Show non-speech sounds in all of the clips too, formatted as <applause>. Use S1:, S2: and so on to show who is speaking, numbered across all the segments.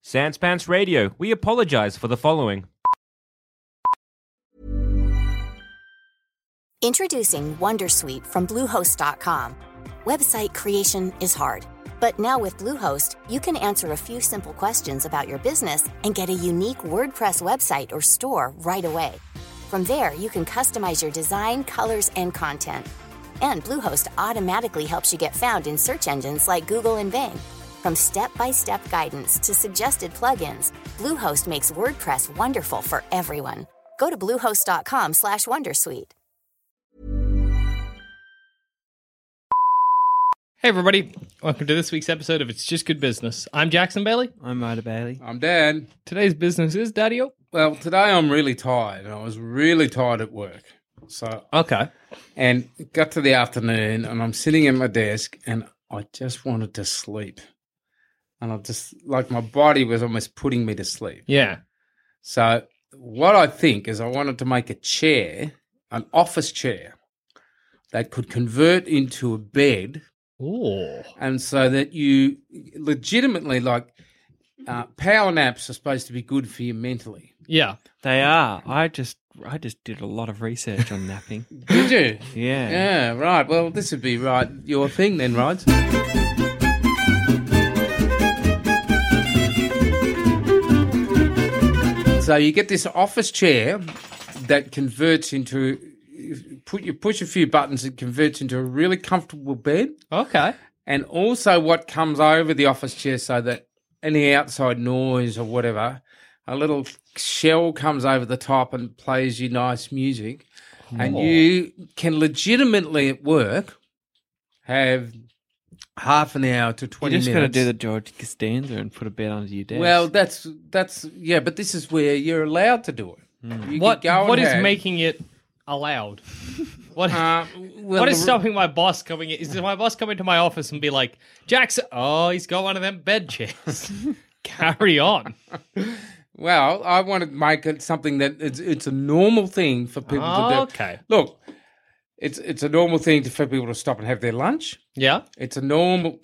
S1: Sans Pants Radio, we apologize for the following.
S2: Introducing Wondersuite from Bluehost.com. Website creation is hard, but now with Bluehost, you can answer a few simple questions about your business and get a unique WordPress website or store right away. From there, you can customize your design, colors, and content. And Bluehost automatically helps you get found in search engines like Google and Bing. From step-by-step guidance to suggested plugins, Bluehost makes WordPress wonderful for everyone. Go to bluehost.com/wondersuite. slash Wondersuite.
S3: Hey, everybody. Welcome to this week's episode of It's Just Good Business. I'm Jackson Bailey.
S4: I'm Ryder Bailey.
S5: I'm Dan.
S3: Today's business is Daddy O.
S5: Well, today I'm really tired, and I was really tired at work. So,
S3: Okay.
S5: and it got to the afternoon, and I'm sitting at my desk, and I just wanted to sleep. And I just like my body was almost putting me to sleep.
S3: Yeah.
S5: So, what I think is, I wanted to make a chair, an office chair, that could convert into a bed
S3: Ooh.
S5: and so that you legitimately like uh, power naps are supposed to be good for you mentally.
S3: Yeah.
S4: They are. I just I just did a lot of research on napping.
S5: Did you?
S4: Yeah.
S5: Yeah, right. Well, this would be right your thing then, right? So you get this office chair that converts into put you push a few buttons it converts into a really comfortable bed
S3: Okay.
S5: and also what comes over the office chair so that any outside noise or whatever, a little shell comes over the top and plays you nice music. And you can legitimately at work have half an hour to 20
S4: You just got to
S5: minutes.
S4: do the George Costanza and put a bed under your desk.
S5: well, that's that's yeah, but this is where you're allowed to do it. You
S3: Hmm. What
S5: can go and
S3: What is
S5: have-
S3: making it
S5: <laughs>
S3: allowed? What
S5: uh, well,
S3: What is
S5: the-
S3: stopping my boss coming? in- Is my boss coming to my office and be like, Jackson? Oh, he's got one of them bed
S5: <laughs>
S3: chairs. Carry on.
S5: Well, I want to make it something that it's it's a normal thing for people to do.
S3: Okay.
S5: Look, it's it's a normal thing to, for people to stop and have their lunch.
S3: Yeah.
S5: It's a normal.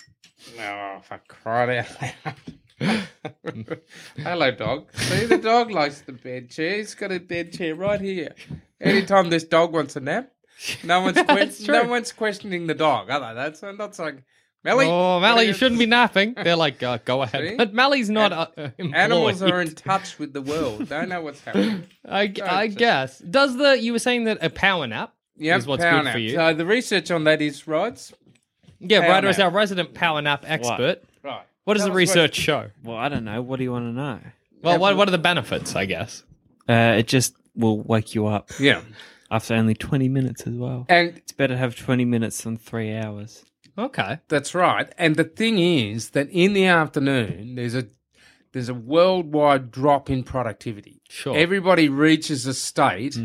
S5: Oh, if I cried out loud. <laughs> Hello, dog. See, the dog likes the bed chair. He's got a bed chair right here. Anytime this dog wants a nap, no
S3: <laughs>
S5: one's que- no one's questioning the dog, are they? That's that's like Melly.
S3: Oh,
S5: what are
S3: Mally, you
S5: your-
S3: shouldn't be
S5: <laughs>
S3: napping. They're like, uh, go ahead.
S5: See?
S3: But Mally's not uh, uh, <laughs> employed.
S5: Animals are in touch with the world. They know what's happening.
S3: I, I guess. Does the you were saying that a power nap
S5: Yeah,
S3: is what's
S5: power
S3: good for
S5: nap.
S3: you?
S5: So the research on that is right.
S3: yeah,
S5: power
S3: Ryder is
S5: nap.
S3: our resident power nap expert.
S5: Right.
S3: What does
S5: Tell
S3: the
S5: us
S3: research show?
S4: well, I don't know. What do you want to know?
S3: Well, what, what are the benefits? I guess.
S4: Uh, it just will wake you up
S5: Yeah.
S4: after only 20 minutes as well.
S5: And
S4: It's better to have 20 minutes than three hours.
S3: Okay.
S5: That's right. And the thing is that in the afternoon there's a there's a worldwide drop in productivity.
S3: Sure. Hmm.
S5: Everybody reaches a state.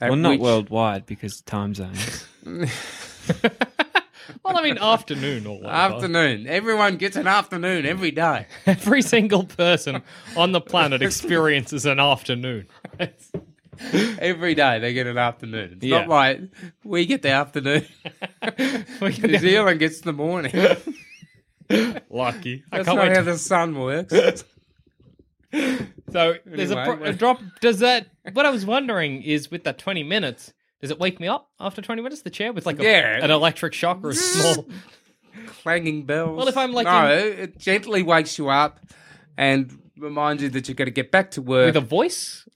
S5: at
S4: well, not
S5: which-
S4: worldwide because
S5: <laughs>
S4: time zones.
S3: Well, I mean, afternoon or whatever.
S5: Afternoon. Everyone gets an afternoon every day.
S3: <laughs> Every single person on the
S5: <laughs>
S3: planet experiences an afternoon. right?
S5: Every day they get an afternoon. It's
S3: Yeah.
S5: not like we get the afternoon.
S3: <laughs> We can
S5: New
S3: be
S5: Zealand gets the morning. That's
S3: <laughs> lucky. I can't
S5: not
S3: wait.
S5: how
S3: To...
S5: the sun works.
S3: So there's a,
S5: Anyway,
S3: pro- a drop. Does that? What I was wondering is, with that 20 minutes, does it wake me up after 20 minutes? The chair with like a,
S5: Yeah.
S3: an electric shock or a
S5: <laughs>
S3: small.
S5: Clanging bells.
S3: Well, if I'm like
S5: no,
S3: in-
S5: it gently wakes you up and reminds you that you're going to get back to work.
S3: with a voice.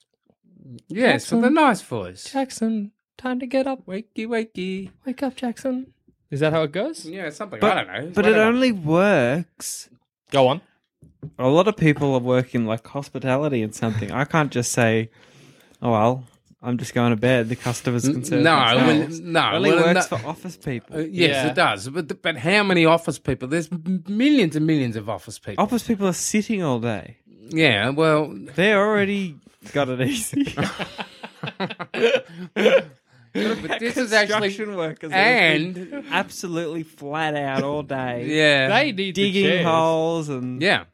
S5: yes, with a nice voice.
S3: Jackson, time to get up.
S5: Wakey, wakey.
S3: Wake up, Jackson. Is that how it goes?
S5: Yeah, something.
S4: But-
S5: I don't know.
S4: but it
S5: Whatever.
S4: only works.
S3: Go on.
S4: A lot of people are working like hospitality and something. I can't just say, oh, well, I'm just going to bed. The customers
S5: N-
S4: can serve
S5: no, well,
S4: themselves.
S5: no,
S4: It only
S5: well,
S4: works
S5: no-
S4: for office people.
S5: Uh, yes,
S3: Yeah.
S5: it does. But but how many office people? There's m- millions and millions of office people.
S4: office people are sitting all day.
S5: yeah,
S4: <laughs>
S5: well,
S4: They already got it easy.
S5: but this is actually
S4: Construction workers are
S5: and
S4: absolutely flat out all day,
S5: yeah,
S3: They need the
S4: digging
S3: chairs.
S4: holes and
S5: yeah.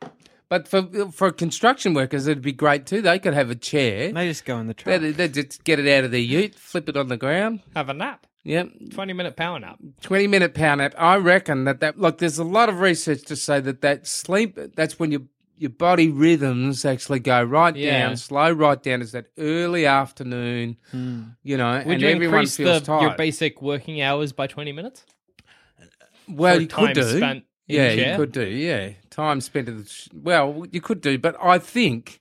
S5: But for for construction workers, it'd be great too. They could have a chair.
S4: they just go in the truck.
S5: They they just get it out of their ute, flip it on the ground.
S3: Have a nap.
S5: Yep,
S3: 20 minute power nap.
S5: 20 minute power nap. I reckon that that look, there's a lot of research to say that that sleep, that's when your your body rhythms actually go right
S3: Yeah.
S5: down, slow right down. Is that early afternoon? You know,
S3: Hmm. Would
S5: and
S3: you
S5: everyone
S3: increase the,
S5: feels tired.
S3: your basic working hours by 20 minutes?
S5: well,
S3: for
S5: you could
S3: time
S5: do.
S3: spent in
S5: yeah,
S3: chair?
S5: you could do. Yeah, time spent in the sh- well, you could do, but I think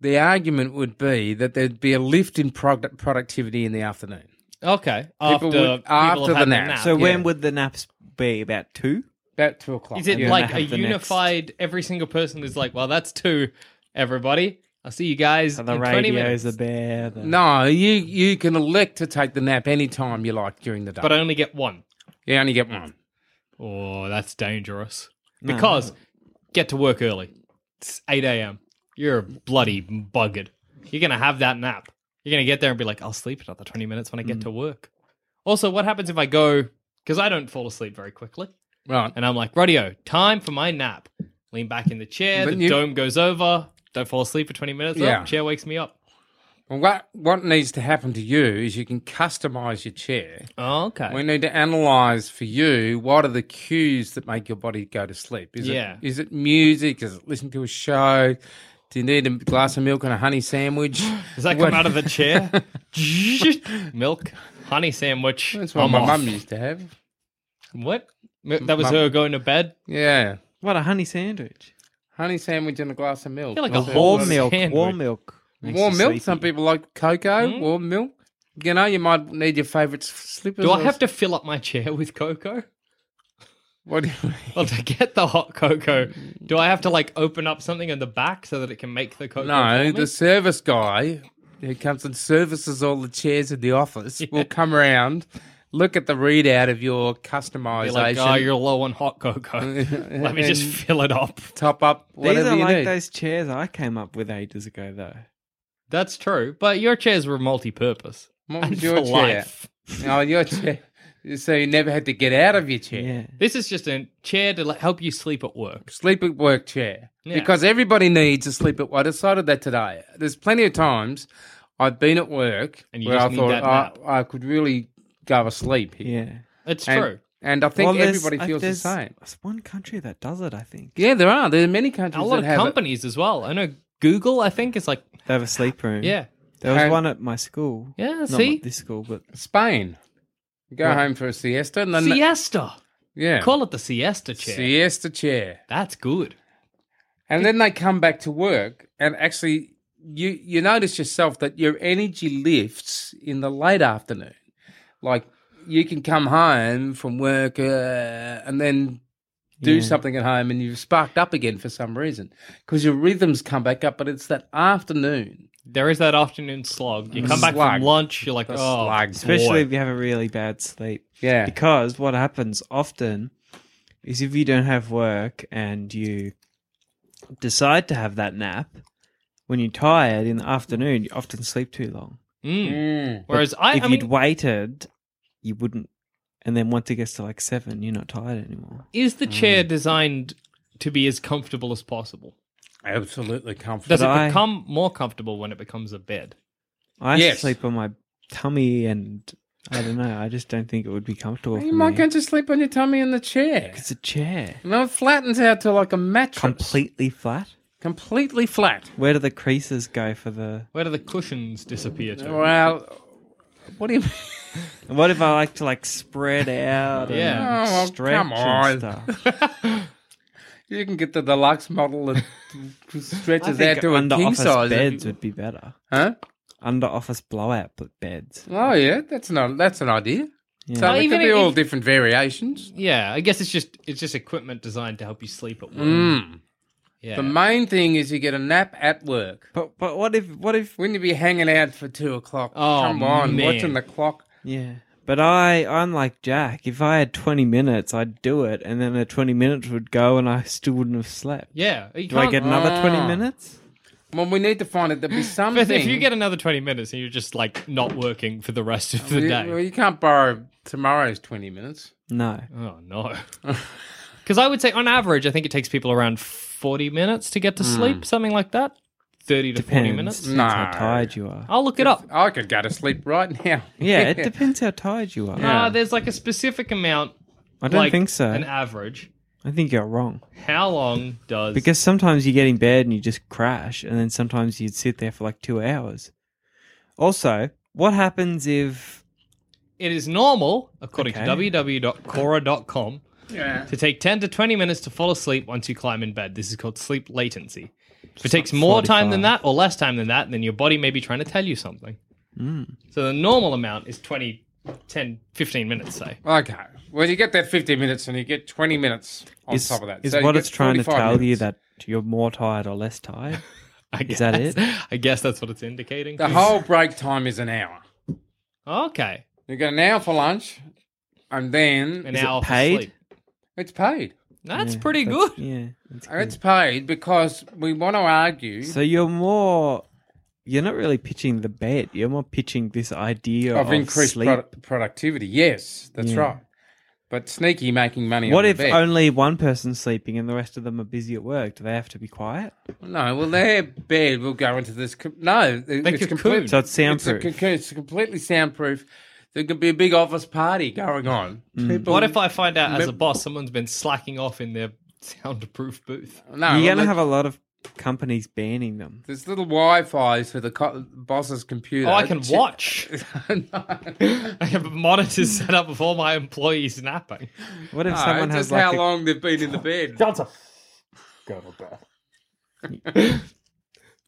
S5: the argument would be that there'd be a lift in product productivity in the afternoon.
S3: Okay. After,
S5: People would-
S3: people have
S5: after the
S3: had
S5: nap.
S4: So
S5: Yeah.
S4: when would the naps be? About two?
S5: About two o'clock.
S3: Is it
S4: Yeah.
S3: like
S4: Have
S3: a
S4: the next-
S3: unified? Every single person is like, "Well, that's two. Everybody, I'll see you guys
S4: Are
S3: in
S4: the
S3: twenty minutes,
S4: radios are bad? and-
S5: No, you you can elect to take the nap any time you like during the day.
S3: but I only get one."
S5: you only get one.
S3: Oh, that's dangerous.
S4: No.
S3: Because get to work early. It's eight a.m. You're bloody buggered. You're gonna have that nap. You're gonna get there and be like, "I'll sleep another twenty minutes when I
S5: Mm.
S3: get to work." Also, what happens if I go? Because I don't fall asleep very quickly,
S5: Right.
S3: and I'm like, "Radio, time for my nap." Lean back in the chair.
S5: But
S3: the
S5: you-
S3: dome goes over. Don't fall asleep for twenty minutes. Yeah.
S5: Yeah.
S3: chair wakes me up.
S5: Well, what what needs to happen to you is you can customize your chair.
S3: Oh, okay.
S5: We need to analyze for you what are the cues that make your body go to sleep. Is
S3: Yeah.
S5: it is it music? Is it listening to a show? Do you need a glass of milk and a
S3: <laughs>
S5: honey sandwich?
S3: Does that come
S5: What-
S3: out of the
S5: <laughs>
S3: chair? Milk, honey sandwich.
S5: That's what
S3: I'm
S5: my
S3: off.
S5: mum used to have.
S3: What? M- That was
S5: Mum-
S3: her going to bed.
S5: Yeah.
S4: What a honey sandwich.
S5: Honey sandwich and a glass of milk.
S3: You're like a
S5: Also-
S3: whole
S4: Warm milk.
S3: sandwich.
S4: Warm milk. Makes
S5: warm
S4: you
S5: milk.
S4: sleepy.
S5: Some people like cocoa,
S3: Hmm?
S5: warm milk. You know, you might need your favourite s- slippers.
S3: Do
S5: or
S3: I have to fill up my chair with cocoa?
S5: What do you mean?
S3: Well, to get the hot cocoa, do I have to like open up something in the back so that it can make the cocoa? for
S5: No,
S3: me?
S5: the service guy who comes and services all the chairs in the office will come around, look at the readout of your
S3: Be
S5: customization,
S3: like, oh, you're low on hot
S5: <laughs>
S3: cocoa. Let me just
S5: And-
S3: fill it up.
S5: top up
S4: These
S5: whatever
S4: are
S5: you
S4: like
S5: need.
S4: those chairs I came up with ages ago, though.
S3: That's true, but your chairs were
S5: <laughs>
S3: multi-purpose. <laughs>
S5: What
S3: And
S5: was your
S3: for
S5: chair?
S3: life.
S5: oh, your chair. So you never had to get out of your chair.
S4: Yeah.
S3: This is just a chair to like, help you sleep at work.
S5: Sleep at work chair.
S3: Yeah.
S5: Because everybody needs to sleep at I decided that today. There's plenty of times I've been at work
S3: And you
S5: where
S3: just
S5: I
S3: need
S5: thought
S3: that
S5: I,
S3: nap.
S5: I could really go asleep here.
S4: Yeah.
S3: It's
S5: And,
S3: true.
S5: And I think
S4: Well, there's-
S5: everybody
S4: I-
S5: feels the
S4: there's-
S5: same.
S4: There's one country that does it, I think.
S5: Yeah, there are. There are many countries
S3: A lot
S5: that
S3: of
S5: have Mm. it.
S3: companies as well. I know Google. I think is like,
S4: They have a sleep room.
S3: yeah,
S4: There was
S5: And-
S4: one at my school.
S3: Yeah,
S4: Not
S3: see?
S4: at this school, but
S5: Spain. You Go home for a siesta and then
S3: siesta.
S5: yeah,
S3: Call it the siesta chair.
S5: siesta chair,
S3: That's good.
S5: and then they come back to work and actually you you notice yourself that your energy lifts in the late afternoon, like you can come home from work uh, and then do
S4: Yeah.
S5: something at home and you've sparked up again for some reason because your rhythms come back up, but it's that afternoon.
S3: There is that afternoon slog. You
S5: The
S3: come back
S5: slug.
S3: from lunch, you're like,
S5: The
S3: oh,
S5: slug.
S4: especially
S3: boy.
S4: if you have a really bad sleep.
S5: Yeah,
S4: Because what happens often is if you don't have work and you decide to have that nap, when you're tired in the afternoon, you often sleep too long.
S3: Mm.
S5: Mm.
S3: Whereas I,
S4: if
S3: I
S4: you'd
S3: mean,
S4: waited, you wouldn't. And then once it gets to like seven, you're not tired anymore.
S3: is the chair
S4: Mm.
S3: designed to be as comfortable as possible?
S5: absolutely comfortable.
S3: Does it
S4: But I-
S3: become more comfortable when it becomes a bed?
S4: I
S5: Yes.
S4: sleep on my tummy, and I don't know. I just don't think it would be comfortable.
S5: You
S4: for
S5: might
S4: me.
S5: go to sleep on your tummy in the chair.
S4: It's a chair,
S5: No, it flattens out to like a mattress.
S4: completely flat.
S5: Completely flat.
S4: Where do the creases go for the?
S3: Where do the cushions disappear to?
S5: Well, what do you mean? <laughs>
S4: What if I like to like spread out?
S3: Yeah.
S4: and
S5: Oh, well,
S4: stretch
S5: come
S4: and
S5: on.
S4: stuff.
S5: You can get the deluxe model that
S4: I
S5: stretches out
S4: think
S5: to a
S4: under
S5: king
S4: office
S5: size.
S4: beds would be better.
S5: Huh?
S4: Under office blowout b- beds.
S5: Oh, yeah, that's not that's an idea.
S4: Yeah.
S5: So
S3: Well,
S5: there
S3: even
S5: could be
S3: if-
S5: all different variations.
S3: Yeah, I guess it's just it's just equipment designed to help you sleep at work.
S5: Mm.
S3: Yeah.
S5: The main thing is you get a nap at work.
S4: But but what if what if
S5: Wouldn't you be hanging out for two o'clock?
S3: Oh,
S5: Come on,
S3: man.
S5: watching the clock.
S4: yeah? But I I'm like Jack. If I had 20 minutes, I'd do it, and then the 20 minutes would go, and I still wouldn't have slept.
S3: yeah. You
S4: Do I
S3: can't-
S4: get another 20
S5: Ah.
S4: minutes?
S5: Well, we need to find it. There'll be something.
S3: Beth, if you get another 20 minutes and you're just like not working for the rest of the
S5: You-
S3: day.
S5: well, you can't borrow tomorrow's twenty minutes.
S4: No.
S3: Oh no. <laughs> Because I would say, on average, I think it takes people around forty minutes to get to sleep, something like that. Thirty to forty
S4: Hmm. Depends.
S3: minutes.
S5: No.
S4: How tired you are.
S3: I'll look it up.
S5: I could go to sleep right now.
S4: Yeah,
S5: <laughs>
S4: it depends how tired you are.
S3: No, Uh, there's like a specific amount.
S4: I don't
S3: like,
S4: think so.
S3: An average.
S4: I think you're wrong.
S3: How long does?
S4: Because sometimes you get in bed and you just crash, and then sometimes you'd sit there for like two hours. Also, what happens if
S3: it is normal, according
S4: Okay.
S3: to www.cora.com,
S5: Yeah.
S3: to take ten to twenty minutes to fall asleep once you climb in bed. This is called sleep latency. If it takes more time than that or less time than that, then your body may be trying to tell you something.
S4: Hmm.
S3: So the normal amount is 20, 10, 15 minutes, say.
S5: Okay. Well, you get that fifteen minutes, and you get twenty minutes on
S4: is,
S5: top of that.
S4: is
S5: So you
S4: what
S5: get
S4: it's trying to
S5: 45
S4: tell you
S5: minutes.
S4: that you're more tired or less tired?
S3: I guess,
S4: Is that it?
S3: <laughs> I guess that's what it's indicating.
S5: the whole break time is an hour.
S3: okay,
S5: You get an hour for lunch, and then
S3: an hour for
S4: paid?
S3: sleep.
S5: it's paid.
S3: <laughs> That's
S4: Yeah,
S3: pretty
S4: that's-
S3: good.
S4: Yeah. that's good.
S5: It's paid because we want to argue
S4: So you're more. You're not really pitching the bed. You're more pitching this idea of,
S5: of increased
S4: sleep.
S5: produ- productivity. Yes, that's
S4: Yeah.
S5: right. But sneaky making money.
S4: what
S5: on
S4: if
S5: the bed.
S4: only one person's sleeping and the rest of them are busy at work? Do they have to be quiet?
S5: No, well, their bed will go into this. co- No, it-
S3: They
S5: it's
S3: cocoon.
S5: complete-
S4: So it's
S5: It's, a
S4: soundproof.
S5: cocoon, it's completely soundproof. There could be a big office party going on. People,
S3: What if I find out as a boss someone's been slacking off in their soundproof booth?
S5: No,
S4: you're
S5: well,
S4: going to
S5: look,
S4: have a lot of companies banning them.
S5: there's little Wi-Fi's for the co- boss's computer.
S3: Oh, I
S5: <laughs>
S3: can
S5: Ch-
S3: watch.
S5: no,
S3: I have monitors set up of all my employees napping.
S4: What if
S5: no,
S4: someone
S5: just
S4: has like
S5: how
S4: a-
S5: long they've been in the bed.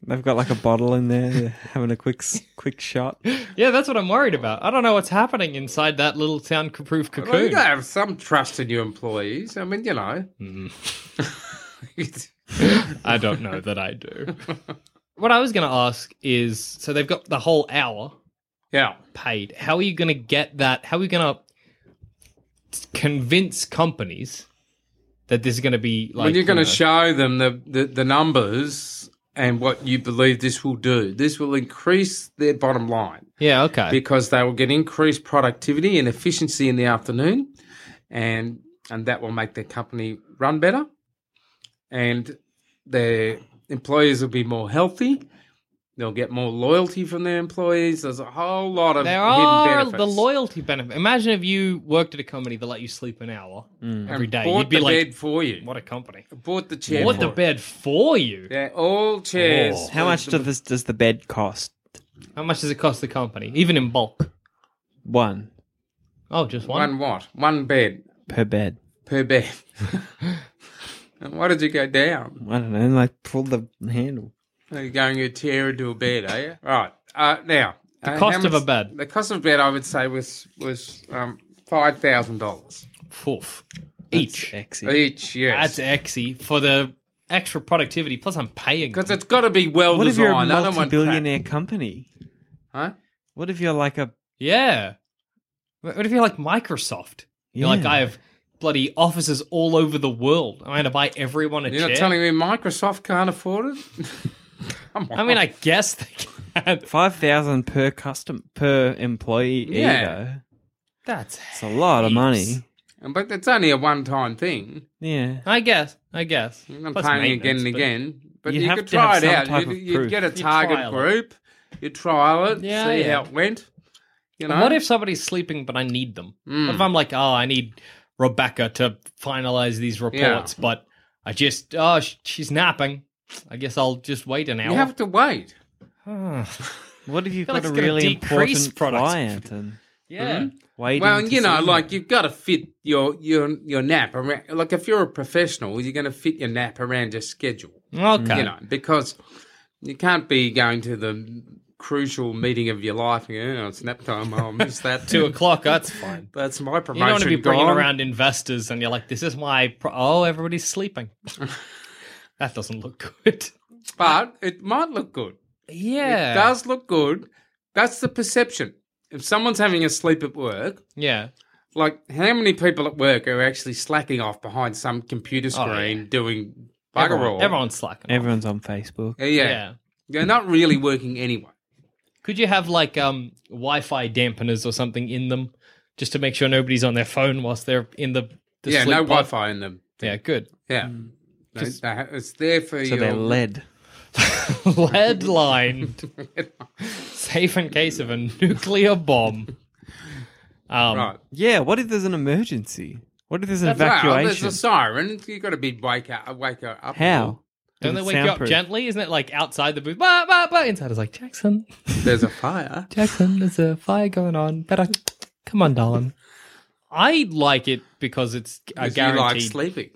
S4: they've got like a bottle in there, they're having a quick s- quick shot?
S3: Yeah, that's what I'm worried about. I don't know what's happening inside that little soundproof
S5: Well, you
S3: cocoon.
S5: gotta have some trust in your employees. I mean, you know.
S3: <laughs> I don't know that I do. what I was going to ask is so they've got the whole hour
S5: <laughs> yeah.
S3: paid. How are you going to get that? How are you going to convince companies that this is going to be like uh,
S5: when you're going
S3: you
S5: to
S3: know-
S5: show them the, the, the numbers and what you believe this will do, this will increase their bottom line
S3: Yeah, okay.
S5: because they will get increased productivity and efficiency in the afternoon, and and that will make their company run better, and their employees will be more healthy. They'll get more loyalty from their employees. There's a whole lot of
S3: there
S5: hidden
S3: are
S5: benefits.
S3: the loyalty benefit. Imagine if you worked at a company that let you sleep an hour every
S5: And
S3: day.
S5: Bought
S3: You'd be
S5: the
S3: like,
S5: bed for you.
S3: what a company.
S5: Bought the chair.
S3: Bought
S5: for
S3: the
S5: you.
S3: bed for you.
S5: Yeah, all chairs.
S3: Oh.
S4: How much does this does the bed cost?
S3: How much does it cost the company, even in bulk?
S4: One
S3: Oh, just one.
S5: One what? One bed
S4: per bed.
S3: <laughs>
S5: per bed. <laughs> and why did you go down?
S4: I don't know, like pull the handle.
S5: Are you going a tear into a bed, are you? Right. Uh, now, the
S3: cost of a bed.
S5: The cost of a bed, I would say, was was um, five thousand dollars
S3: Poof. Each.
S4: Exy.
S5: each. Yes.
S3: That's exy E for the extra productivity. Plus, I'm paying.
S5: because it's got to be well
S4: What if you're a
S5: designed. I don't want crap.
S4: multi-billionaire company?
S5: Huh?
S4: What if you're like a
S3: Yeah. What what if you're like Microsoft? You're like,
S4: Yeah.
S3: I have bloody offices all over the world. I'm going to buy everyone a
S5: You're
S3: chair.
S5: not telling me Microsoft can't afford it? <laughs> Come on.
S3: I mean, I guess they can.
S4: five thousand per custom per employee?
S5: Yeah.
S4: Either
S3: That's.
S4: it's a lot of money.
S5: but it's only a one-time thing.
S4: Yeah.
S3: I guess. I guess.
S5: I'm not
S3: Plus
S5: paying again
S3: maintenance,
S5: and
S3: but-
S5: again. But
S4: You
S5: you,
S4: have
S5: could
S4: to have
S5: try it
S4: some
S5: out.
S4: type
S5: You'd,
S4: of
S5: you'd
S4: proof.
S5: get a
S3: You
S5: target
S3: trial it.
S5: group, you trial it,
S3: Yeah,
S5: see
S3: yeah.
S5: how it went. You know,
S3: What if somebody's sleeping, but I need them? What
S5: Hmm.
S3: if I'm like, oh, I need Rebecca to finalize these reports, but I just, oh, sh- she's napping. I guess I'll just wait an
S5: you
S3: hour.
S5: have to wait?
S4: What if you've
S3: feel like it's
S4: got a
S3: gonna
S4: really
S3: decrease
S4: important
S3: productivity.
S4: client and
S3: yeah.
S5: Hmm?
S4: waiting?
S5: Well,
S4: to
S5: you know,
S4: see
S5: like you've got to fit your your your nap around. Like if you're a professional, you're going to fit your nap around your schedule.
S3: <sighs> Okay.
S5: You know, because you can't be going to the crucial meeting of your life. You know, it's nap time. I'll
S3: <laughs>
S5: miss that. <laughs>
S3: Two o'clock, that's fine.
S5: That's my
S3: You
S5: promotion.
S3: don't want to be bringing
S5: gone. <laughs>
S3: around investors and you're like, this is my, pro- oh, everybody's sleeping. That doesn't look good.
S5: but it might look good.
S3: Yeah.
S5: It does look good. That's the perception. If someone's having a sleep at work,
S3: Yeah.
S5: like how many people at work are actually slacking off behind some computer
S3: Oh,
S5: screen
S3: yeah.
S5: doing bugger all?
S3: Everyone, everyone's slacking. off.
S4: Everyone's on Facebook.
S5: Yeah,
S3: Yeah.
S5: yeah. They're not really working anyway.
S3: Could you have like um Wi-Fi dampeners or something in them, just to make sure nobody's on their phone whilst they're in the, the
S5: yeah,
S3: sleep
S5: no
S3: pod?
S5: Wi Fi in them.
S3: Yeah, good. <laughs>
S5: Yeah. They- they ha- it's there for
S4: So
S5: you.
S4: they're led.
S3: Lead lined, safe in case of a nuclear bomb. Um,
S5: right.
S4: Yeah, what if there's an emergency? What if there's an
S3: oh,
S5: Well,
S4: evacuation?
S5: there's a siren. You've got to be wake up. Wake her up.
S4: How?
S3: Don't they
S4: Is it
S3: wake you up
S4: soundproof?
S3: gently? Isn't it like outside the booth? Bah, bah, bah. Inside is like Jackson,
S5: There's a fire.
S3: Jackson. There's a fire going on. Better come on, darling. I like it because it's a
S5: 'Cause you like
S3: guaranteed.
S5: sleeping.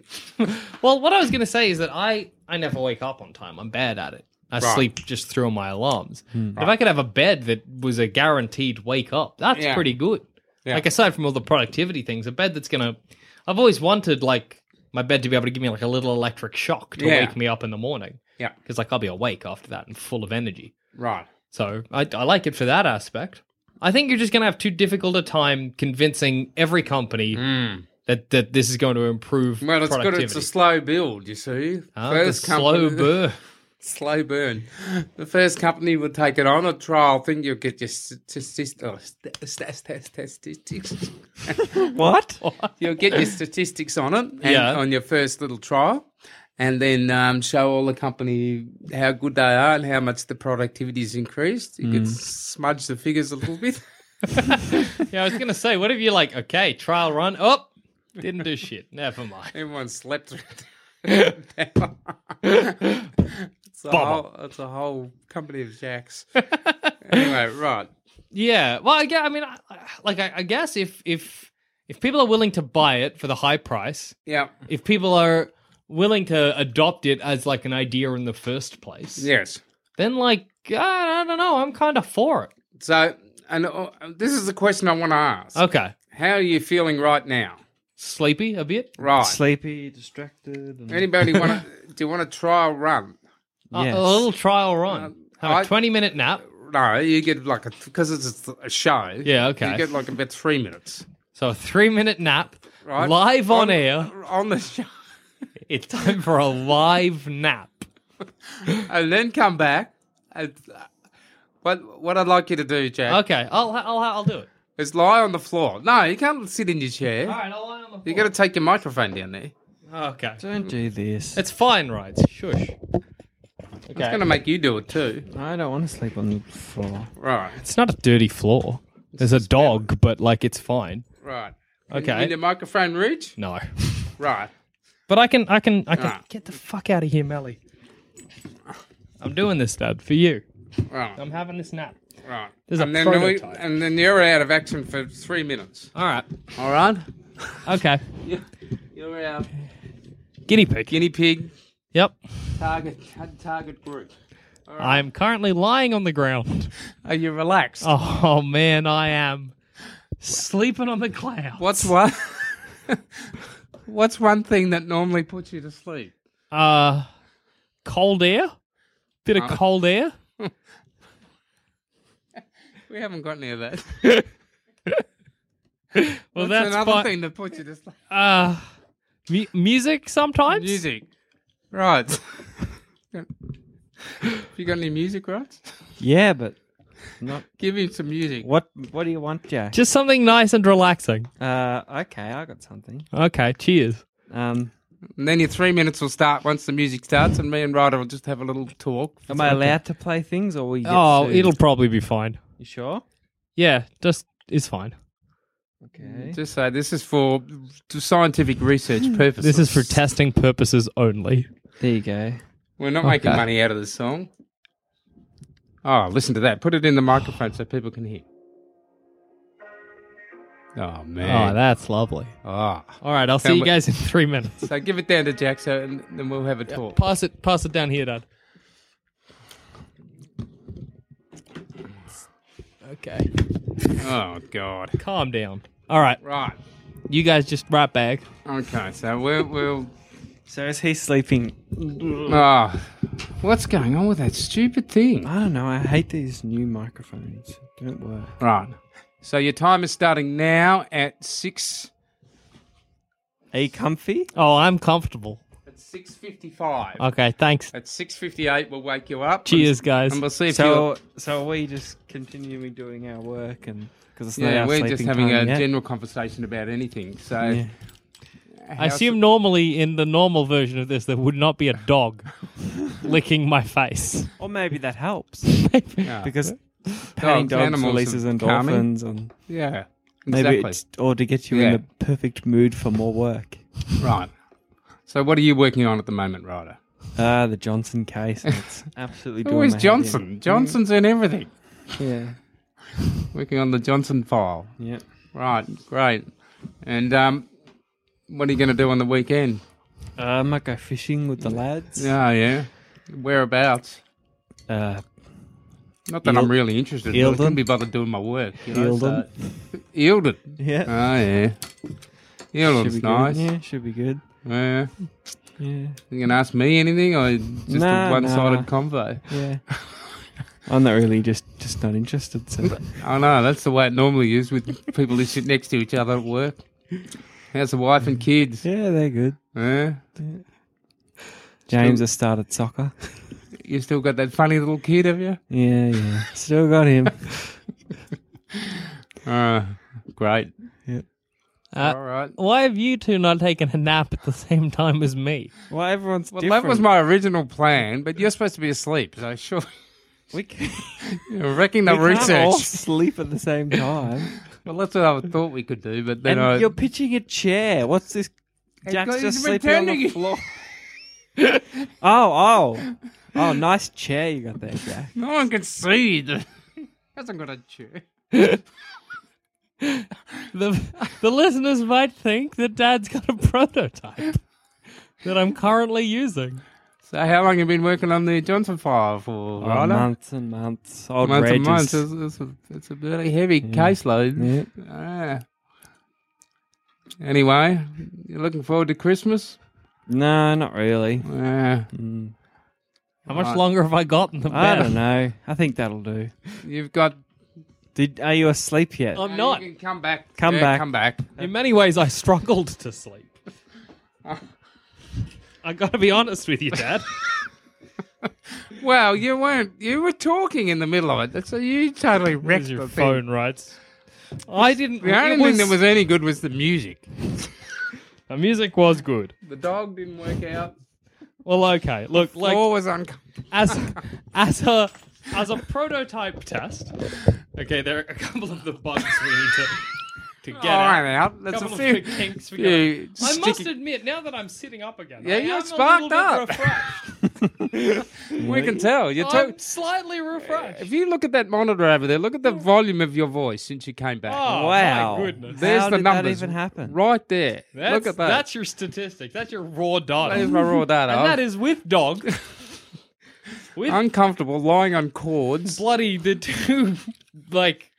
S3: Well, what I was going to say is that I I never wake up on time. I'm bad at it. I
S5: Right.
S3: sleep just through my alarms. If I could have a bed that was a guaranteed wake up, that's
S5: Yeah.
S3: pretty good.
S5: Yeah.
S3: Like aside from all the productivity things, a bed that's going to I've always wanted like my bed to be able to give me like a little electric shock to
S5: Yeah.
S3: wake me up in the morning.
S5: Yeah.
S3: Cuz like I'll be awake after that and full of energy.
S5: Right.
S3: So I, I like it for that aspect. I think you're just going to have too difficult a time convincing every company that, that this is going to improve.
S5: Hmm. Well, it's good.
S3: productivity.
S5: It's a slow build, you see.
S3: Ah,
S5: First
S3: the
S5: company-
S3: slow burn.
S5: slow burn. The first company would take it on a trial thing. You'll get your statistics. Oh, st- st- st- statistics.
S4: <laughs>
S3: <laughs>
S4: What?
S5: You'll
S3: <clears throat>
S5: get your statistics on it and
S3: Yeah.
S5: on your first little trial, and then um, show all the company how good they are and how much the productivity's increased. You could
S3: Mm.
S5: smudge the figures a little
S3: <laughs>
S5: bit.
S3: <laughs> Yeah, I was gonna say, what if you're like, okay, trial run, oh, didn't do shit. Never
S5: <laughs>
S3: mind.
S5: Everyone slept through
S3: <laughs>
S5: it. it's, a whole, it's a whole company of
S3: <laughs>
S5: jacks. anyway, right.
S3: Yeah. Well, I guess, I mean, I, I- like, I, I guess if if if people are willing to buy it for the high price,
S5: Yeah.
S3: if people are willing to adopt it as like an idea in the first place,
S5: Yes.
S3: then like, I, I don't know, I'm kind of for it.
S5: So, and uh, this is the question I want to ask.
S3: Okay,
S5: How are you feeling right now?
S3: sleepy a bit.
S5: Right.
S4: Sleepy, distracted. And...
S5: Anybody want
S3: <laughs>
S5: to do you want a trial run?
S3: A-
S4: Yes.
S3: A, little trial run. Have a
S5: Um, I-
S3: 20 minute nap.
S5: No, you get like a because it's a show.
S3: Yeah, okay.
S5: You get like about three minutes.
S3: So a three minute nap,
S5: Right.
S3: live on air.
S5: <laughs> on the show,
S3: It's time for a live nap.
S5: and then come back. And, uh, what what I'd like you to do, Jack,
S3: Okay, I'll I'll I'll do it.
S5: is lie on the floor. No, you can't sit in your chair.
S3: All right, I'll lie on the floor.
S5: You got to take your microphone down there.
S3: Okay.
S4: Don't do this.
S3: It's fine, right? Shush. Okay.
S5: It's going to make you do it too.
S4: I don't want to sleep on the floor.
S5: Right,
S3: It's not a dirty floor. There's a dog, but like it's fine.
S5: right.
S3: Okay.
S5: In your microphone reach.
S3: No. <laughs>
S5: Right.
S3: But I can I can I can
S5: Ah.
S3: get the fuck out of here, Melly. I'm doing this, Dad, for you.
S5: Right.
S3: I'm having this nap.
S5: Right.
S3: There's a
S5: and then we-
S3: prototype.
S5: and then you're out of action for three minutes.
S3: All right.
S5: All right.
S3: Okay.
S5: You're out.
S3: Guinea pig.
S5: Guinea pig
S3: Yep.
S5: target target group.
S3: I'm currently lying on the ground. <laughs>
S5: Are you relaxed?
S3: Oh man, I am sleeping on the cloud.
S5: What's one? <laughs> What's one thing that normally puts you to sleep?
S3: Uh, cold air. Bit
S5: Uh-huh.
S3: of cold air.
S5: We haven't got any of that.
S3: <laughs> Well,
S5: What's
S3: that's
S5: another
S3: fine.
S5: thing that puts you to sleep?
S3: Uh, mu- music sometimes.
S5: Music. Right. <laughs> you got any music rights?
S4: Yeah, but not.
S5: Give him some music.
S4: What What do you want, Jack?
S3: Just something nice and relaxing.
S4: Uh, okay, I got something.
S3: Okay, cheers.
S4: Um,
S5: And then your three minutes will start once the music starts, and me and Ryder will just have a little talk.
S4: am I allowed to play things, or will you? Get
S3: oh,
S4: sued?
S3: it'll probably be fine.
S4: You sure?
S3: Yeah, just it's fine. Mm.
S4: Okay.
S5: Just say this is for scientific research purposes.
S3: This is
S5: <laughs>
S3: for testing purposes only.
S4: There you go.
S5: We're not making
S3: Okay.
S5: money out of this song. Oh, listen to that. Put it in the microphone so people can hear. Oh,
S3: Oh,
S5: man.
S3: that's lovely.
S5: Ah.
S3: All right, I'll see
S5: Can
S3: you
S5: we-
S3: guys in three minutes.
S5: So give it down to Jack so and then we'll have a talk.
S3: Pass it, pass it down here, Dad. Okay,
S5: Oh, God.
S3: calm down. All right,
S5: Right.
S3: you guys just right back.
S5: Okay. So we'll, we'll
S4: So is he sleeping?
S5: Ah, what's going on with that stupid thing?
S4: I don't know. I hate these new microphones. They don't work.
S5: Right. So your time is starting now at six.
S4: Are you comfy?
S3: Oh, I'm comfortable.
S5: At six fifty-five.
S3: Okay, thanks.
S5: At six fifty-eight, we'll wake you up.
S3: Uh, Cheers, guys.
S5: And we'll see if
S4: So, so are we just continuing doing our work and because it's
S5: you.
S4: not
S5: Yeah,
S4: our
S5: we're
S4: sleeping
S5: just having
S4: time
S5: a
S4: yet?
S5: general conversation about anything. So
S4: Yeah.
S5: how-
S3: I assume normally in the normal version of this, there would not be a
S5: <laughs>
S3: dog licking my face.
S4: Or maybe
S5: <laughs>
S4: that helps <laughs>
S5: yeah.
S4: because petting
S5: Dogs,
S4: dogs
S5: animals
S4: releases
S5: and
S4: endorphins, and
S5: yeah,
S4: maybe
S5: exactly.
S4: it's or to get you
S5: Yeah.
S4: in the perfect mood for more work.
S5: <laughs> Right. So what are you working on at the moment, Ryder?
S4: Ah, the
S5: <laughs>
S4: Johnson case. It's absolutely doing
S5: Always
S4: my head in.
S5: Johnson. Johnson's in everything.
S4: Yeah,
S5: Working on the Johnson file.
S4: yeah.
S5: Right. Great. And um, what are you going to do on the weekend?
S4: Uh, I might go fishing with the lads.
S5: Yeah, yeah. Whereabouts?
S4: Uh,
S5: Not that I'm really interested. But I
S4: Eildon?
S5: couldn't be bothered doing my work. You know,
S4: Eildon?
S5: so- Eildon.
S4: yeah.
S5: Oh yeah.
S4: should be
S5: Eildon's
S4: good.
S5: nice. Yeah.
S4: Yeah, should be good. Yeah,
S5: You can ask me anything or just
S4: Nah,
S5: a one-sided
S4: nah.
S5: convo. <laughs>
S4: yeah. I'm not really just just not
S5: <laughs>
S4: interested. So
S5: I know Oh, that's the way it normally is with people who sit next to each other at work. How's the wife and kids?
S4: yeah, they're good.
S5: Yeah.
S4: James has started soccer.
S5: You still got that funny little kid, have you?
S4: Yeah, yeah. Still
S5: <laughs>
S4: got him.
S5: Uh, great.
S3: Uh,
S5: All right.
S3: Why have you two not taken a nap at the same time as me?
S4: Well, everyone's
S5: Well,
S4: different.
S5: that was my original plan, but you're supposed to be asleep, so sure. <laughs>
S4: We, c-
S5: You're wrecking the
S4: we can't all
S5: research.
S4: sleep at
S5: <laughs>
S4: the same time.
S5: Well, that's what I thought we could do, but then
S4: and
S5: I.
S4: you're pitching a chair. What's this? Jack's
S5: He's
S4: just
S5: been
S4: sleeping on
S5: turning-
S4: the floor. <laughs> oh, oh, oh! Nice chair you got there, Jack.
S5: <laughs> No one can see. The... <laughs> Hasn't got a chair.
S3: The, the listeners might think that Dad's got a prototype that I'm currently using.
S5: So how long you been working on the Johnson file for?
S4: Oh,
S5: Ryder?
S4: months and months. Old
S5: Months and
S4: rages.
S5: months. It's, it's a, it's a bloody heavy caseload.
S4: Yeah.
S5: Ah. Anyway, you looking forward to Christmas?
S4: No, not really.
S5: Ah,
S4: Mm.
S3: How much
S5: Right.
S3: longer have I got in the
S4: I
S3: bed?
S4: don't know. I think that'll do.
S5: you've got.
S4: Did are you asleep yet?
S3: I'm not.
S5: You can come back.
S4: Come
S5: Yeah,
S4: back.
S5: Come back.
S3: In many ways, I struggled to
S5: <laughs>
S3: sleep. I gotta be honest with you, Dad.
S5: Well, you weren't. You were talking in the middle of it. That's so you totally wrecked
S3: There's your
S5: the
S3: phone
S5: phone.
S3: rights. I didn't.
S5: The only
S3: it was,
S5: thing that was any good was the music.
S3: the music was good.
S5: The dog didn't work out.
S3: Well, okay. Look, like
S5: Floor was uncomfortable.
S3: as as a as a prototype test. Okay, there are a couple of the bugs we need to to get
S5: Iron
S3: out.
S5: out. That's a
S3: couple
S5: few.
S3: of the kinks we
S5: few
S3: got. I must
S5: sticky-
S3: admit, now that I'm sitting up again,
S5: Yeah,
S3: I
S5: you're
S3: am a little
S5: sparked
S3: bit
S5: up. <laughs>
S3: refreshed.
S5: We can tell. You're to-
S3: I'm slightly refreshed.
S5: if you look at that monitor over there, look at the volume of your voice since you came back.
S3: Oh,
S4: wow.
S3: my goodness.
S5: There's
S4: How
S5: the
S4: did that
S5: numbers
S4: even happen?
S5: right there.
S3: That's,
S5: look at that.
S3: That's your statistic. That's your raw data.
S5: There's my raw data.
S3: <laughs> and that is with dog. with
S5: uncomfortable, lying on cords.
S3: bloody the two <laughs> like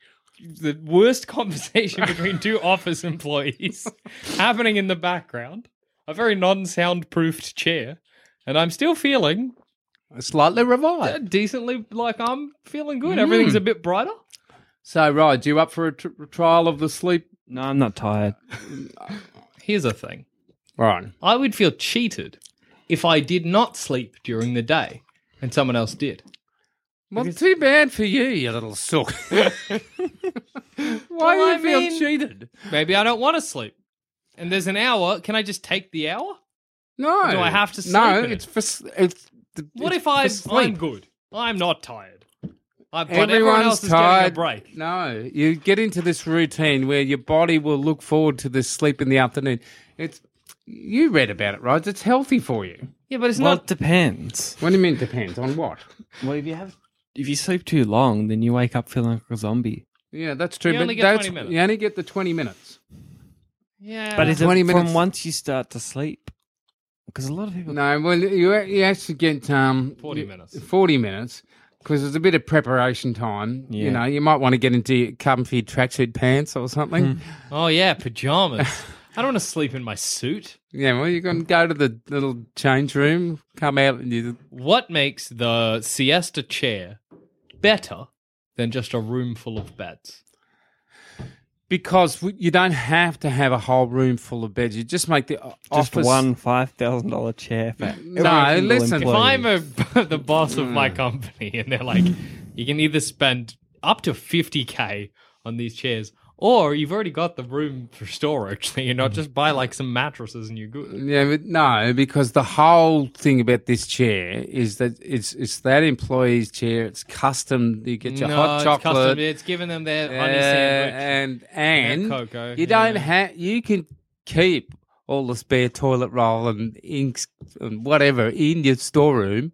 S3: the worst conversation between two office employees happening in the background a very non-soundproofed chair and i'm still feeling
S5: Slightly
S3: uh,
S5: revived.
S3: decently like i'm feeling good everything's a bit brighter
S5: So, right, you up for a tr- trial of the sleep?
S4: No, I'm not tired.
S3: here's the thing
S5: Right.
S3: i would feel cheated if i did not sleep during the day and someone else did
S5: Well, too bad for you, you little <laughs> sook. Why
S3: Well, I
S5: do you feel
S3: mean-
S5: cheated?
S3: maybe i don't want to sleep and there's an hour can i just take the hour
S5: No.
S3: Do I have to
S5: No,
S3: sleep in
S5: it's for. s- It's,
S3: What
S5: it's
S3: if I,
S5: for sleep.
S3: I'm good? I'm not tired. I, but everyone
S5: Everyone's
S3: else is
S5: tired.
S3: getting a break.
S5: No, you get into this routine where your body will look forward to this sleep in the afternoon. It's you read about it, right? It's healthy for you.
S3: Yeah, but it's
S4: Well,
S3: not.
S4: it depends.
S5: What do you mean? Depends on what?
S4: Well, if you have, if you sleep too long, then you wake up feeling like a zombie.
S5: Yeah, that's true.
S3: You
S5: but
S3: only get
S5: that's,
S3: 20 minutes.
S5: You only get the twenty minutes.
S3: Yeah,
S4: But it's
S5: 20
S4: it
S5: minutes.
S4: from once you start to sleep, because a lot of people.
S5: No, well, you you actually get um
S3: 40
S5: you-
S3: minutes.
S5: Forty minutes. Because there's a bit of preparation time, you
S4: Yeah.
S3: Hmm.
S5: know. You might want to get into your comfy tracksuit pants or something.
S3: oh yeah, pajamas. <laughs> I don't want to sleep in my suit.
S5: Yeah, well, you can go to the little change room, come out, and you
S3: What makes the siesta chair better than just a room full of beds?
S5: because w- you don't have to have a whole room full of beds. You just make the o-
S4: Just
S5: office
S4: one five thousand dollar chair for
S5: No,
S4: every single
S5: listen, if
S3: If
S4: employee.
S3: I'm a, <laughs> the boss of
S5: Hmm.
S3: my company and they're like, you can either spend up to 50K on these chairs or you've already got the room for storage, <laughs> so you know,
S5: Hmm.
S3: just buy like some mattresses and you're good.
S5: Yeah, but no, because the whole thing about this chair is that it's it's that employee's chair. It's custom. You get your
S3: no,
S5: hot
S3: it's custom-
S5: chocolate.
S3: It's, giving them their
S5: uh,
S3: honey sandwich.
S5: and and
S3: cocoa,
S5: you don't
S3: yeah.
S5: have you can keep all the spare toilet roll and inks and whatever in your storeroom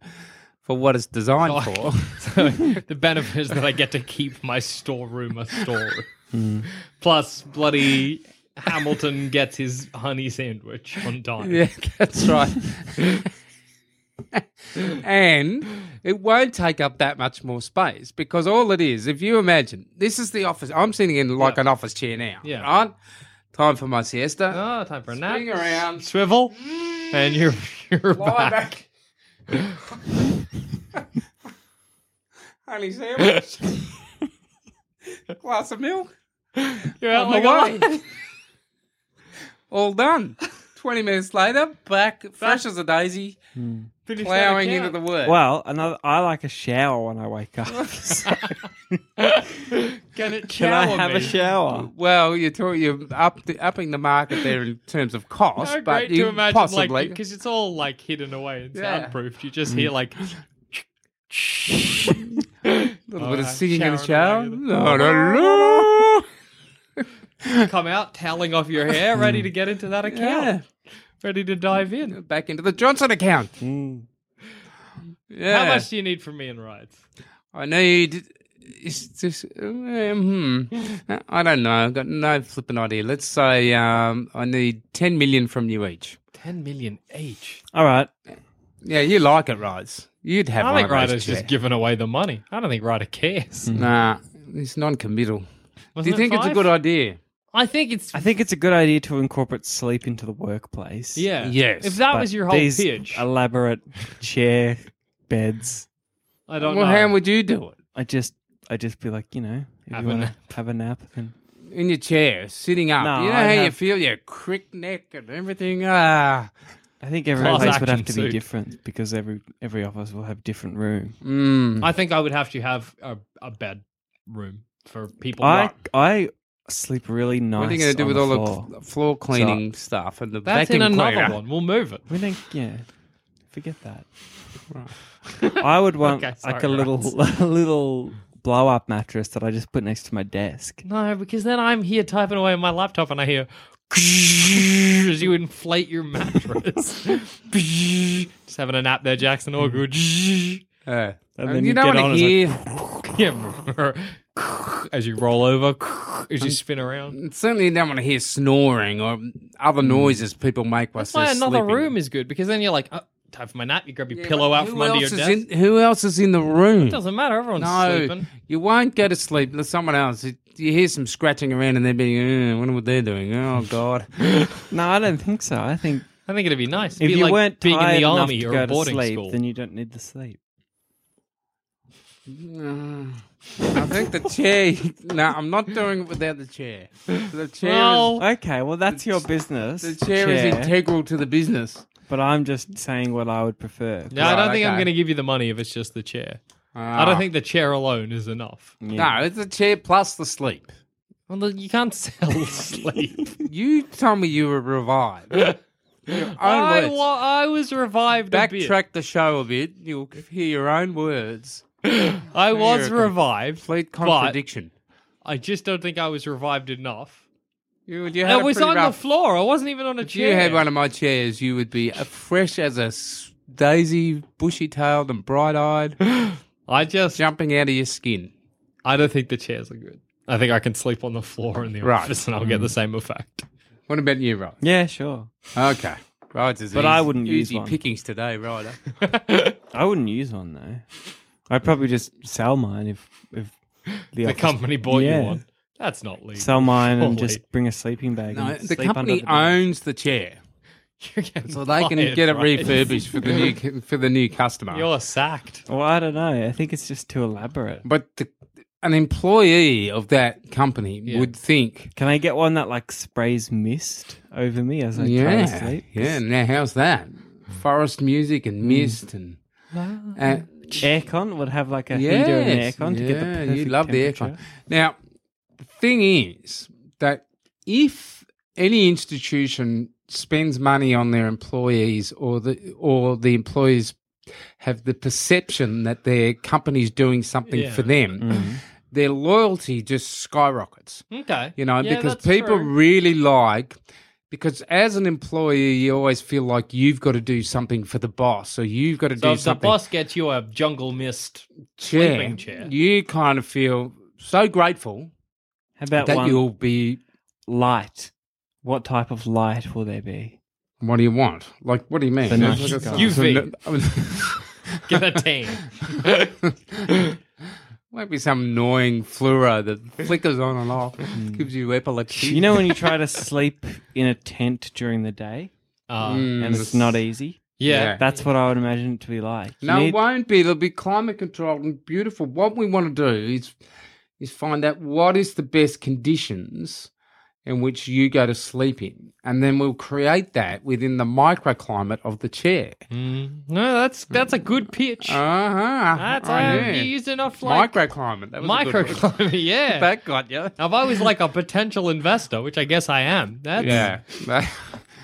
S5: for what it's designed for.
S3: <laughs> So the benefit is that I get to keep my storeroom a storeroom.
S5: Mm.
S3: Plus, bloody Hamilton gets his honey sandwich on time.
S5: Yeah, <laughs> that's right. and it won't take up that much more space because all it is, if you imagine, this is the office. I'm sitting in like an office chair now.
S3: Yeah.
S5: Right? Time for my <laughs> siesta.
S3: Ah, time for a nap.
S5: Swing around. Mm.
S3: swivel, and you're you're
S5: Lie
S3: back.
S5: back. <laughs> Honey sandwich. Glass of milk.
S3: You're out
S5: on
S3: like
S5: the
S3: a
S5: way.
S3: light.
S5: All <laughs> done. 20 minutes later, back, fresh as a daisy,
S3: Finish that
S5: plowing
S3: account.
S5: into the work.
S4: well, another. I like a shower when I
S3: <laughs>
S4: wake up. <laughs>
S3: Can it
S4: Can I
S3: shower
S4: have
S3: me?
S4: a shower?
S5: Well, you're talk, you're up the, upping the market there in terms of cost,
S3: So
S5: but
S3: great
S5: you
S3: to imagine,
S5: possibly Mm.
S3: like, because it's all like hidden away and
S5: Yeah.
S3: soundproofed. You just hear like
S5: a little bit of
S3: Oh,
S5: singing in the
S3: shower
S5: shower.
S3: in the
S5: No, no, no,
S3: come out, toweling off your hair, ready to get into that account, ready to dive
S5: no. <laughs>
S3: in.
S5: Back into the Johnson account.
S3: Mm.
S5: Yeah,
S3: How much do you need from me in rides?
S5: I need. It's just, um, hmm. I don't know. I've got no flipping idea. Let's say um, I need ten million from you each.
S3: Ten million each.
S4: All right.
S5: Yeah, you like it, Rides. You'd have.
S3: I
S5: one
S3: think
S5: of those
S3: Ryder's just
S5: chair.
S3: giving away the money. I don't think Ryder cares.
S5: Nah, it's non-committal. Do
S3: Wasn't
S5: you
S3: it
S5: think it's a
S3: five?
S5: good idea?
S3: I think it's.
S4: I think it's a good idea to incorporate sleep into the workplace.
S3: Yeah.
S5: Yes,
S3: If that
S4: But
S3: was your whole
S4: these
S3: pitch,
S4: Elaborate chair beds.
S3: I don't
S5: Well,
S3: know.
S5: how would you do it?
S4: I just, I just be like, you know, if
S3: Have a
S4: you want to
S3: nap.
S4: have a nap, then
S5: in your chair, sitting up.
S4: No,
S5: you know
S4: I'd
S5: how you
S4: have-
S5: feel, your crick neck and everything. Ah,
S4: I think every
S3: Class
S4: place would
S3: action
S4: have to
S3: suit.
S4: be different because every every office will have different room.
S5: mm.
S3: I think I would have to have a, a bed room for people.
S4: I
S3: like-
S4: I sleep really nice.
S5: what are you going to do with all
S4: the
S5: the
S4: floor.
S5: cl- floor cleaning stuff and the
S3: that's in
S5: vacuum
S3: another
S5: cleaner?
S3: one. We'll move it.
S4: We don't. Yeah, forget that. I would want
S3: Okay,
S4: like a
S3: sorry,
S4: little <laughs> a little blow up mattress that I just put next to my desk.
S3: No, because then I'm here typing away on my laptop and I hear <laughs> as you inflate your mattress. <laughs> Just having a nap there, Jackson. All good. <laughs>
S5: Uh,
S4: And
S5: and
S4: then
S5: you
S4: you
S5: don't
S4: get
S5: want
S4: on
S5: to hear.
S4: as
S3: Yeah. <laughs> as you roll over, <laughs> as you spin around.
S5: Certainly, you don't want to hear snoring or other noises people make
S3: Hmm.
S5: while
S3: That's why
S5: they're
S3: another
S5: sleeping.
S3: room is good because then you're like, oh, time for my nap. You grab your
S5: Yeah,
S3: pillow
S5: but
S3: out
S5: who
S3: from under your
S5: else
S3: desk.
S5: is in- who else is in the room?
S3: Doesn't matter. Everyone's
S5: No,
S3: sleeping.
S5: you won't go to sleep with someone else. You you hear some scratching around and they're being, "Uh, I wonder what they're doing. Oh, God.
S4: No, I don't think so. I think
S3: I think it'd be nice. It'd
S4: if
S3: be
S4: you
S3: like
S4: weren't
S3: being
S4: tired
S3: in the
S4: enough
S3: army
S4: to
S3: or
S4: go
S3: a
S4: to
S3: boarding
S4: sleep,
S3: school.
S4: then you don't need the sleep.
S5: I think the chair. No, I'm not doing it without the chair. The chair.
S3: well,
S4: Okay, well that's your business.
S5: is, the chair, is integral to the business.
S4: But I'm just saying what I would prefer.
S3: no, I don't
S5: Right,
S3: think I'm
S5: okay. Ah.
S3: going to give you the money if it's just the chair. I don't think the chair alone is enough.
S5: No, Ah. it's the chair plus the sleep.
S3: Well, look, you can't <laughs> sell sleep.
S5: You told me you
S3: <laughs>
S5: were revived. Your own
S3: I,
S5: words.
S3: wa- I was revived a bit.
S5: Backtrack the show a bit. You'll hear your own words.
S3: <laughs> I
S5: You're a
S3: was
S5: complete
S3: revived.
S5: Complete
S3: but
S5: contradiction.
S3: I just don't think I was revived enough.
S5: You, you
S3: I
S5: had a
S3: was
S5: pretty
S3: on
S5: rough-
S3: the floor. I wasn't even on a
S5: If
S3: chair.
S5: you had one of my chairs, you would be uh, fresh as a s- daisy, bushy tailed and bright eyed,
S3: <laughs> I just,
S5: jumping out of your skin.
S3: I don't think the chairs are good. I think I can sleep on the floor in the
S5: Right. Mm.
S3: office and I'll get the same effect.
S5: What about you, Rob?
S4: Yeah, sure.
S5: Okay. Right, is
S4: But
S5: easy-
S4: I wouldn't
S5: easy
S4: use one.
S5: pickings today, Ryder.
S4: I wouldn't use one though. I'd probably just sell mine if if the,
S3: The
S4: office-
S3: company bought
S4: Yeah.
S3: you one. That's not legal. <laughs>
S4: Sell mine and
S3: Surely.
S4: just bring a sleeping bag.
S5: No,
S4: and
S5: the
S4: sleep
S5: company
S4: under the bed.
S5: owns the chair,
S3: You're getting
S5: so they can
S3: fired,
S5: get it
S3: right?
S5: refurbished for the new for the new
S3: <laughs>
S5: customer.
S3: You're sacked.
S4: Well, I don't know. I think it's just too elaborate.
S5: but the, an employee of that company
S3: Yeah.
S5: would think,
S4: Can I get one that like sprays mist over me as I try to
S5: yeah,
S4: sleep? Hmm.
S5: yeah. Now how's that? Forest music and mist and.
S4: Ah.
S5: uh, and
S4: Aircon would have like
S3: <laughs>
S4: a heater and
S5: Yes,
S4: aircon to get the
S5: yeah,
S4: perfect
S5: you love the
S4: temperature.
S5: aircon. Now, the thing is that if any institution spends money on their employees, or the or the employees have the perception that their company's doing something
S3: Yeah. Mm.
S5: for them, their loyalty just skyrockets.
S3: Okay.
S5: You know,
S3: Yeah,
S5: because
S3: that's
S5: people
S3: true.
S5: really like. Because as an employee, you always feel like you've got to do something for the boss, or you've got to
S3: So
S5: do
S3: if the
S5: something
S3: boss gets you a jungle mist
S5: chair,
S3: sleeping chair.
S5: you kind of feel so grateful
S4: How about
S5: that
S4: one
S5: you'll be.
S4: light? What type of light will there be?
S5: What do you want? Like, what do you mean?
S4: The night sky.
S3: UV.
S5: So-
S3: Get a
S5: <laughs>
S3: team.
S5: Might be some annoying fluoro that flickers on and off, gives you epilepsy.
S4: Hmm. You know when you try to sleep in a tent during the day
S3: Uh,
S5: Mm,
S4: and it's not easy?
S3: yeah.
S5: Yeah.
S4: That's what I would imagine it to be like. You
S5: No,
S4: need-
S5: it won't be. It'll be climate controlled and beautiful. What we want to do is is find out what is the best conditions in which you go to sleep in, and then we'll create that within the microclimate of the chair.
S3: Mm. No, that's that's a good pitch.
S5: Uh huh.
S3: that's uh, you used enough like
S5: Oh, microclimate. That was a good one.
S3: microclimate. <laughs> Yeah.
S5: That got you.
S3: Now, if I was like a potential investor, which I guess I am, that's
S5: Yeah. That-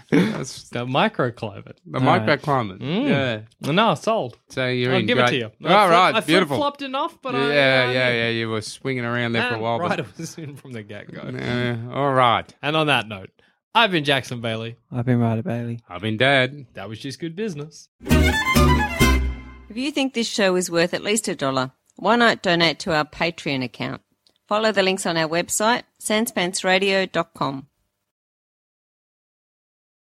S5: <laughs> that's
S3: the microclimate.
S5: the
S4: Alright.
S5: microclimate. Yeah.
S3: No, sold.
S5: So you're
S3: Mm. I'll
S5: in
S3: give
S5: great.
S3: it to you.
S5: All right.
S3: I
S5: beautiful.
S3: flopped enough, but I,
S5: yeah,
S3: I-
S5: yeah, yeah. You were swinging around there for a
S3: And
S5: while.
S3: right, <laughs>
S5: But,
S3: it was in from the get go.
S5: <laughs> Yeah, all right.
S3: And on that note, I've been Jackson Bailey.
S4: I've been right, Bailey.
S5: I've been dead.
S3: That was just good business.
S6: If you think this show is worth at least a dollar, why not donate to our Patreon account? Follow the links on our website, sanspantsradio.com.